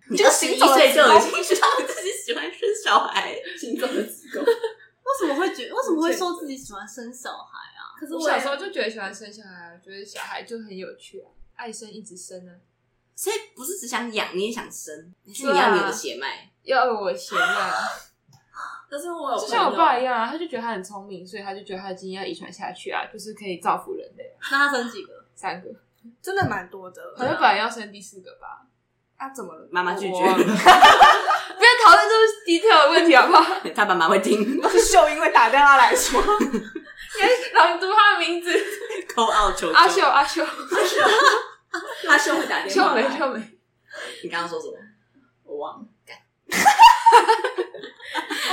C: 你二十一岁就已经知道你自己喜欢生小孩，
D: 心中的机构。
F: 为什么会觉为什么会说自己喜欢生小孩啊？
D: 可是
E: 我
D: 我
E: 小时
D: 候
E: 候就觉得喜欢生小孩，觉得小孩就很有趣啊，爱生一直生啊，
C: 所以不是只想养，你也想生，还是
E: 对
C: 你
E: 啊
C: 要你的血脉？
E: 要我闲啊，
D: 可是我有
E: 就像我
D: 朋友
E: 爸一样啊，他就觉得他很聪明，所以他就觉得他的基因要遗传下去啊，就是可以造福人类啊。
F: 那他生几个？
E: 三个，
A: 真的蛮多的。
E: 好像本来要生第四个吧，
A: 啊，怎么了？
C: 妈妈拒
E: 我忘
C: 绝，
E: 了不要讨论这么 detail 的问题好 不好？
C: 他爸妈会听，
A: 是秀英会打电话来说，
E: 朗读他的名字，
C: 扣奥求
E: 阿
C: 救
E: 秀。阿秀
D: 他秀会打电
E: 秀
D: 话
E: 梅
D: 来，
E: 秀梅，
C: 你刚刚说什么？
D: 我忘了。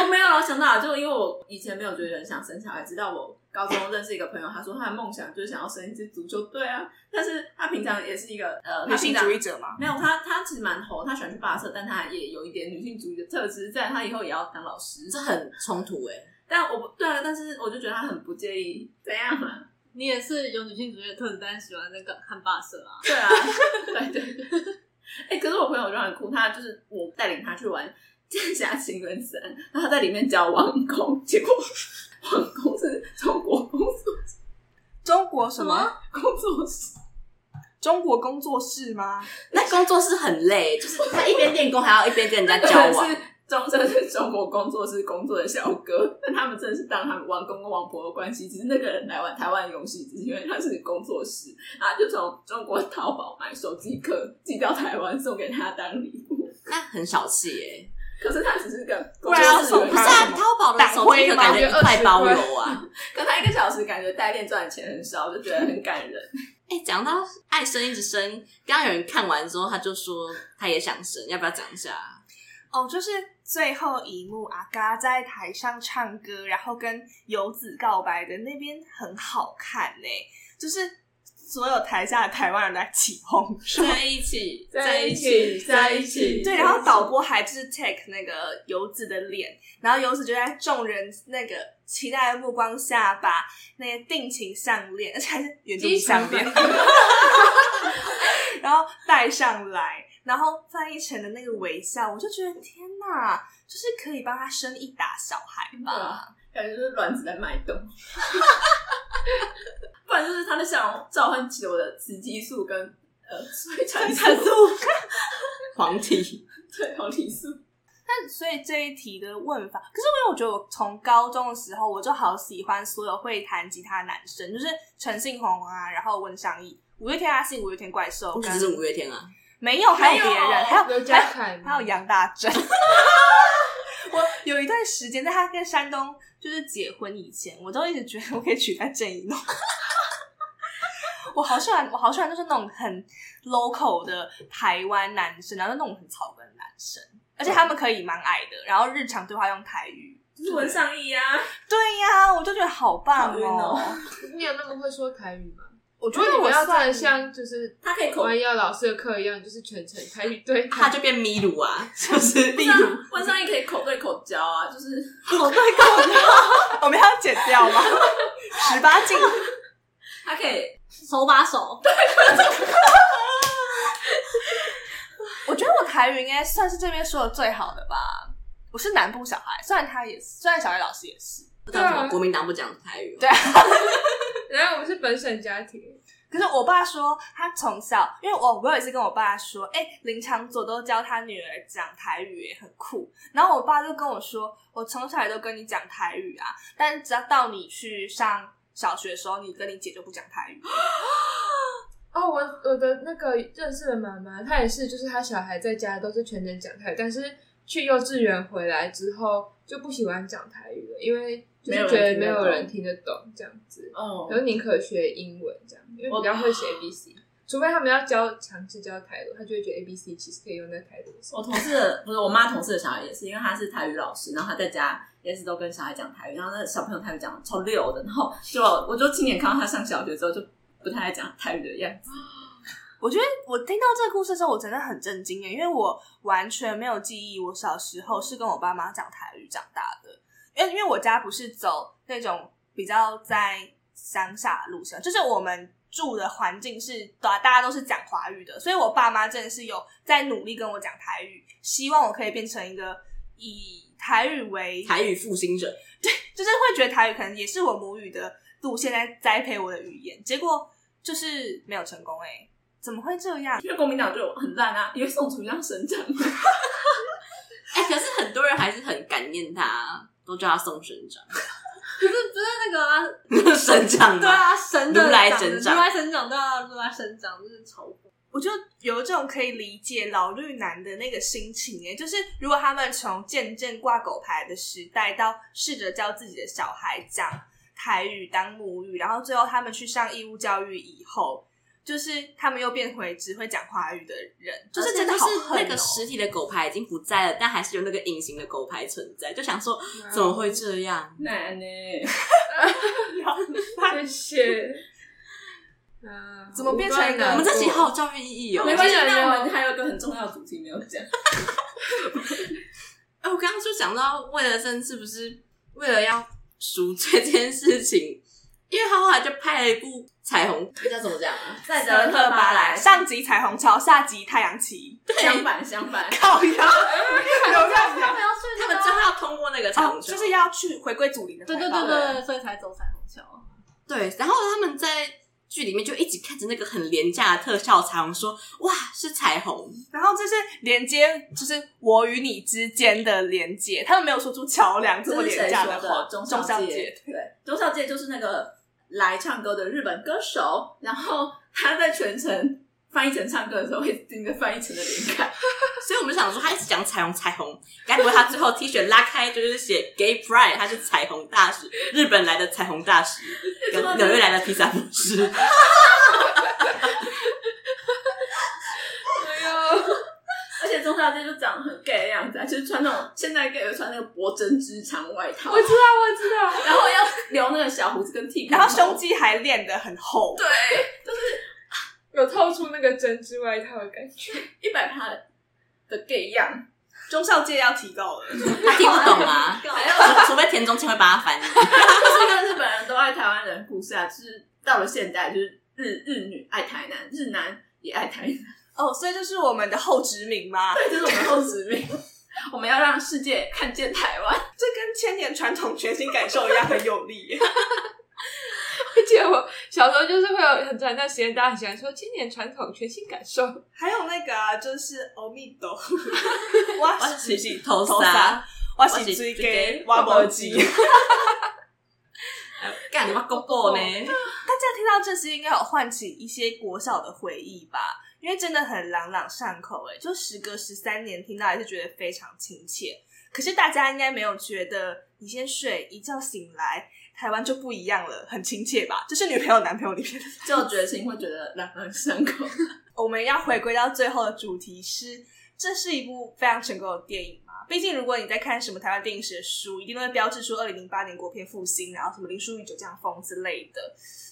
D: 我没有我想到了，就因为我以前没有觉得很想生小孩，直到我高中认识一个朋友，他说他的梦想就是想要生一支足球队啊，但是他平常也是一个呃
A: 女性主义
D: 者。
A: 者嘛。
D: 没有他，他其实蛮猴，他喜欢去跋涉，但他也有一点女性主义的特质，在他以后也要当老师。
C: 这很冲突哎、
D: 但我不对啊，但是我就觉得他很不介意怎样啊，
F: 你也是有女性主义的特质，但是喜欢那个看霸社啊。
D: 对啊，对对对。哎、可是我朋友就很酷，他就是我带领他去玩《剑侠情缘三》，然后他在里面教王宫，结果王宫是中国工作
A: 中国什么？
D: 工作室，
A: 中国工作室吗？
C: 那工作室很累，就是他一边练功还要一边跟人家交往
D: 是。中真的是中国工作室工作的小哥，但他们真的是当他们王公跟王婆的关系，只是那个人来玩台湾游戏，只是因为他是工作室，然后就从中国淘宝买手机壳寄到台湾送给他当礼物。
C: 那很小气哎、
D: 可是他只是个
A: 不
D: 工
A: 然
D: 作
A: 要
D: 室
A: 送
D: 员
C: 不
A: 他
C: 是
A: 什
C: 啊，
A: 么
C: 淘宝的手机壳感觉一块包邮啊。
D: 可他一个小时感觉代练赚的钱很少，我就觉得很感人。
C: 哎、讲到爱生一直生，刚刚有人看完之后，他就说他也想生，要不要讲一下？
A: 哦，就是最后一幕，阿嘎在台上唱歌，然后跟游子告白的那边很好看呢、就是所有台下的台湾人都在起哄，说
C: 在一起，
D: 起，在一起
A: 对，然后导播还就是 take 那个游子的脸，然后游子就在众人那个期待的目光下，把那个定情项链，而且还是原住民项链，然后戴上来，然后翻译成的那个微笑，我就觉得天哪，就是可以帮他生一打小孩吧。
D: 啊感觉就是卵子在脉动。 不然就是他的笑容召唤起了我的雌激素跟呃催产素，
C: 黄体，
D: 对，黄体素。
A: 但所以这一题的问法，可是因为我觉得我从高中的时候我就好喜欢所有会弹吉他的男生，就是陈信宏啊，然后温尚义。五月天阿信，五月天怪兽，
C: 不
A: 跟
C: 只是五月天啊，
A: 没有，还有别人，还有
E: 刘家
A: 还
E: 凯
A: 有
E: 吗
D: 嗯
A: 还有杨大正。 我有一段时间在他跟山东就是结婚以前，我都一直觉得我可以取代郑一诺。 我好喜欢，我好喜欢就是那种很 local 的台湾男生，然后那种很草根的男生，而且他们可以蛮矮的，然后日常对话用台语。
D: 嗯就是文上意啊，
A: 对呀、我就觉得好棒
D: 好晕哦
E: 你有那么会说台语吗？
A: 我觉
E: 如果
A: 得
E: 你
A: 我
E: 们要真
A: 算
E: 的像就是
D: 他可以口
E: 弯腰老师的课一样，就是全程台语对
C: 他
E: 谈，
C: 就变咪鲁啊，就是例
D: 那
C: 如
D: 文上意可以口对口交啊，就是
C: 好对口的，
A: 我们要剪掉吗？十八禁。
D: 他可以
F: 手把手，
A: 我觉得我台语应该算是这边说的最好的吧。我是南部小孩，虽然他也是，虽然小学老师也是，
C: 叫什
D: 啊
C: 么国民党不讲台语哦，
A: 对
E: 然后我们是本省家庭，
A: 可是我爸说他从小，因为我我有一次跟我爸说，哎、林长佐都教他女儿讲台语耶，很酷。然后我爸就跟我说，我从小也都跟你讲台语啊，但只要到你去上小学的时候，你跟你姐就不讲台语。
E: 哦，我我的那个认识的妈妈，她也是，就是她小孩在家都是全能讲台语，但是去幼稚园回来之后就不喜欢讲台语了，因为就是觉得没有人听得懂这样子，
D: 哦
E: 然后宁可学英文这样，因为比较会写 A B C。除非他们要教强制教台语，他就会觉得 A B C 其实可以用在台语上。
D: 我同事的不是我妈同事的小孩也是，因为他是台语老师，然后他在家也是都跟小孩讲台语，然后那个小朋友台语讲得超溜的，然后就我就亲眼看到他上小学之后就不太爱讲台语的样子。
A: 我觉得我听到这个故事的时候，我真的很震惊耶，欸因为我完全没有记忆，我小时候是跟我爸妈讲台语长大的，因为因为我家不是走那种比较在乡下的路线，就是我们住的环境是大大家都是讲华语的，所以我爸妈真的是有在努力跟我讲台语，希望我可以变成一个以台语为
C: 台语复兴者，
A: 就是会觉得台语可能也是我母语的路线在栽培我的语言，结果就是没有成功哎、怎么会这样？
D: 因为国民党就很烂啊，因为宋楚瑜这样省长，
C: 哎、可是很多人还是很感念他，都叫他宋省长，
F: 不是不是那个 啊，
C: 省长
F: 对
C: 吗？
F: 啊，神的
C: 嗯如来
F: 长
C: 神
F: 的
C: 掌
F: 如来神掌，对啊，如来神掌就是超
A: 我就有这种可以理解老绿男的那个心情哎，就是如果他们从渐渐挂狗牌的时代到试着教自己的小孩讲台语当母语，然后最后他们去上义务教育以后，就是他们又变回只会讲华语的人，就是真的好
C: 而且啊就是
A: 恨、哦、
C: 那个实体的狗牌已经不在了，但还是有那个隐形的狗牌存在，就想说
D: 啊
C: 怎么会这样？
D: 奶 呢？
E: 谢谢。嗯，
A: 怎么变成一个
C: 我
E: 无关的
C: 们这集好有教育意义哦。
E: 没关系
D: 那我们还有一个很重要的主题没有讲，
C: 哎、我刚刚就讲到魏德森是不是为了要赎罪这件事情，因为他后来就拍了一部彩虹，这叫怎么讲啊？
D: 在
A: 德克巴莱，上集彩虹桥，下集太阳旗，
D: 相反相反，
A: 靠呀，有这样讲
F: 要去
C: 他们最后要通过那个彩
A: 哦，
C: 虹桥、
A: 就是要去回归祖灵的怀
F: 对
A: 抱，
F: 对对对，对所以才走彩虹桥。
C: 对，然后他们在剧里面就一直看着那个很廉价的特效彩虹说，哇是彩虹，
A: 然后就是连接，就是我与你之间的连接，他们没有说出桥梁这么
D: 这是
A: 廉
D: 谁
A: 价
D: 说
A: 话。
D: 中
A: 中
D: 小
A: 小
D: 姐，对，中小姐就是那个来唱歌的日本歌手，然后她在全程翻译成唱歌的时候，会盯着翻译成的脸看，
C: 所以我们想说他一直讲彩虹彩虹，该不会他最后 T 恤拉开就是写 Gay Pride，他是彩虹大使，日本来的彩虹 大使，纽
A: 啊
C: 纽约来的披萨博士。
E: 哎呦，
D: 而且中小姐就长得很 gay 的样子啊，就是穿那种现在 gay 会穿那个薄针织长外套
E: 我，知道，我知道，
D: 然后要留那个小胡子跟剃光
A: 然
D: 头，
A: 后胸肌还练得很厚，对，
E: 有透出那个针织外套的感觉。
D: 一百趴的 gay 样，
A: 中少界要提高了。
C: 他听不懂啊，
D: 还有
C: 除除非田中千会帮他 翻译。
D: 就是跟日本人都爱台湾人的故事啊，就是到了现代，就是日日女爱台南，日男也爱台南。
A: 哦，所以就是我们的后殖民嘛，
D: 这是我们后殖民， 我们要让世界看见台湾。
A: 这跟千年传统全新感受一样很有力。
E: 而且我小时候就是会有很长一段时间，大家很喜欢说经典传统全新感受。
A: 还有那个啊，就是欧米斗，哇
C: 我是洗头
A: 头
C: 纱
A: 纱，我是追给挖宝鸡。
C: 干你妈狗狗呢？
A: 大家听到这些，应该有唤起一些国小的回忆吧？因为真的很朗朗上口、欸，哎，就时隔十三年，听到还是觉得非常亲切。可是大家应该没有觉得，你先睡一觉醒来，台湾就不一样了，很亲切吧？这是女朋友男朋友里面的。
D: 只有绝情会觉得朗朗上口。
A: 我们要回归到最后的主题是，这是一部非常成功的电影嘛？毕竟如果你在看什么台湾电影史的书，一定都会标志出二零零八年国片复兴，然后什么林书宇、九降风之类的。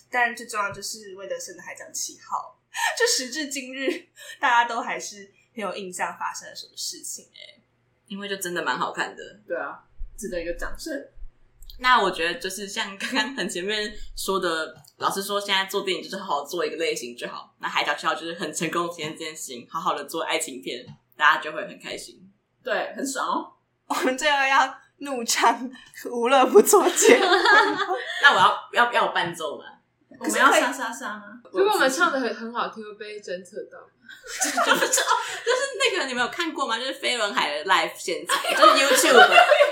A: 但最重要就是魏德森的《海角七号》，就时至今日，大家都还是很有印象发生了什么事情、欸。
C: 因为就真的蛮好看的。
D: 对啊，值得一个掌声。
C: 那我觉得就是像刚刚很前面说的，老实说，现在做电影就是好好做一个类型就好。那《海角七号》就是很成功体现这件事情，好好的做爱情片，大家就会很开心。
D: 对，很爽哦。
A: 我们最后要怒唱《无乐不作姐》，
C: 那我要要要有伴奏吗？
D: 我们要杀杀杀吗？
E: 如果我们唱的很很好听，会被侦测到。
C: 就是哦，就是那个你们有看过吗？就是飞轮海的 live 现场，就是 YouTube，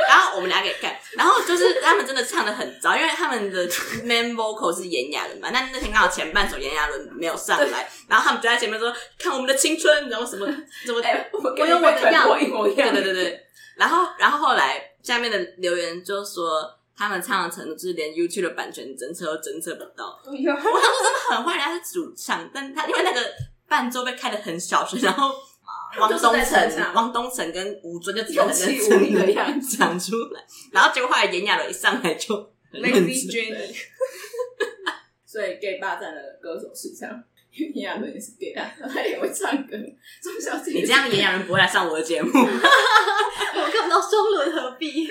C: 然后我们俩给看，然后就是他们真的唱的很糟，因为他们的 main vocal 是炎亚纶嘛，那那天刚好前半首炎亚纶没有上来，然后他们就在前面说看我们的青春，然后什么什么，
D: 哎，我
F: 我有我的样
D: 我一模一
C: 对
D: 样。
C: 对对对，然后然后后来下面的留言就说。他们唱的程度就是连 YouTube 的版权侦测都侦测不到，
D: 哎
C: 我当时真的很坏，人家是主唱，但他因为那个伴奏被开的很小声，然后汪
D: 就是
C: 东
D: 在
C: 城
D: 现场、
C: 汪东城跟吴尊就只
D: 有气无力的样
C: 子讲出来，然后结果后来炎亚纶一上来就很认
A: Lazy
C: 真，
A: Jenny。
D: 所以 gay 霸占了歌手市场，因为炎亚纶也是 gay 啊，他也会唱歌。钟小姐，
C: 你这样炎亚纶不会来上我的节 目，
F: 我看不到双轮何必？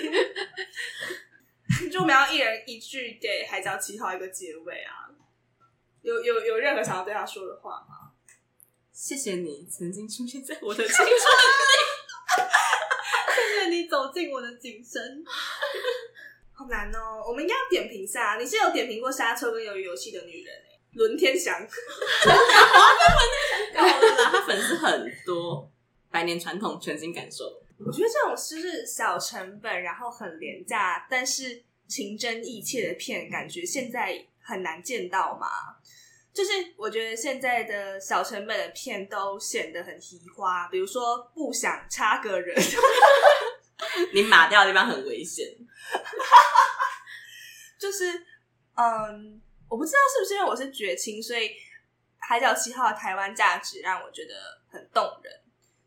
A: 就我们要一人一句给《海角七号》一个结尾啊。有有有任何想要对他说的话吗？
C: 谢谢你曾经出现在我的青 春。
F: 谢谢你走进我的景深。
A: 好难哦，我们应该要点评一下。你是有点评过《沙丘》跟《鱿鱼游戏》的女人哎、伦天祥。
C: 够了啦，他粉丝很多，百年传统，全新感受。
A: 我觉得这种就是小成本，然后很廉价，但是情真意切的片，感觉现在很难见到嘛。就是我觉得现在的小成本的片都显得很奇花，比如说不想插个人，
C: 你码掉的地方很 危险，
A: 就是嗯，我不知道是不是因为我是绝青，所以《海角七号》的台湾价值让我觉得很动人。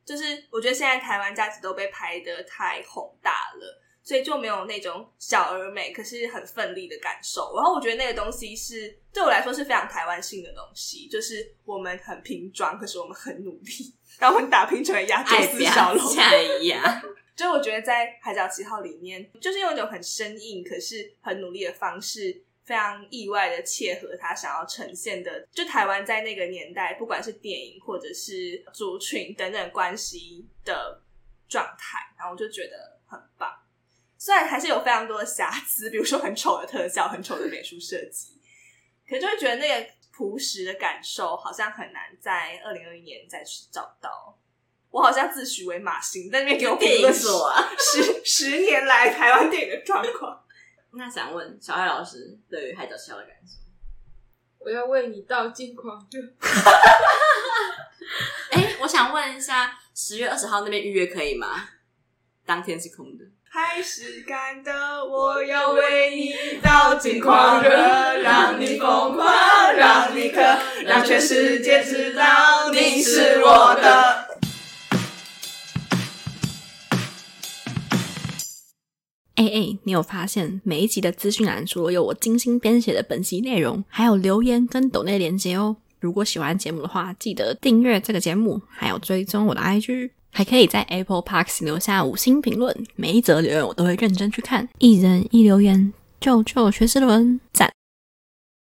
A: 就是我觉得现在台湾价值都被拍的太宏大了，所以就没有那种小而美，可是很奋力的感受。然后我觉得那个东西是对我来说是非常台湾性的东西，就是我们很拼装，可是我们很努力，然后我们打拼成为亚洲
C: 爱
A: 四 小龙。
C: 下一呀，
A: 就我觉得在《海角七号》里面，就是用一种很生硬，可是很努力的方式，非常意外的切合他想要呈现的，就台湾在那个年代，不管是电影或者是族群等等关系的状态，然后我就觉得很棒。虽然还是有非常多的瑕疵，比如说很丑的特效、很丑的美术设计，可就会觉得那个朴实的感受好像很难在二零二一年再去找到。我好像自诩为马星，在那 边给我评论
C: 锁啊！
A: 十十年来台湾电影的状况。
C: 那想问小爱老师对于海角七号的感受？
E: 我要为你道 尽狂热。
C: 哎、我想问一下，十月二十号那边预约可以吗？当天是空的。
A: 还是感的，我要为你道尽狂热，让你疯狂，让你渴，让全世界知道你是我的。
B: 哎哎，你有发现每一集的资讯栏除了有我精心编写的本集内容，还有留言跟抖内连接哦。如果喜欢节目的话，记得订阅这个节目，还有追踪我的 IG，还可以在 Apple Parks 留下五星评论，每一则留言我都会认真去看，一人一留言，救救学士伦，赞！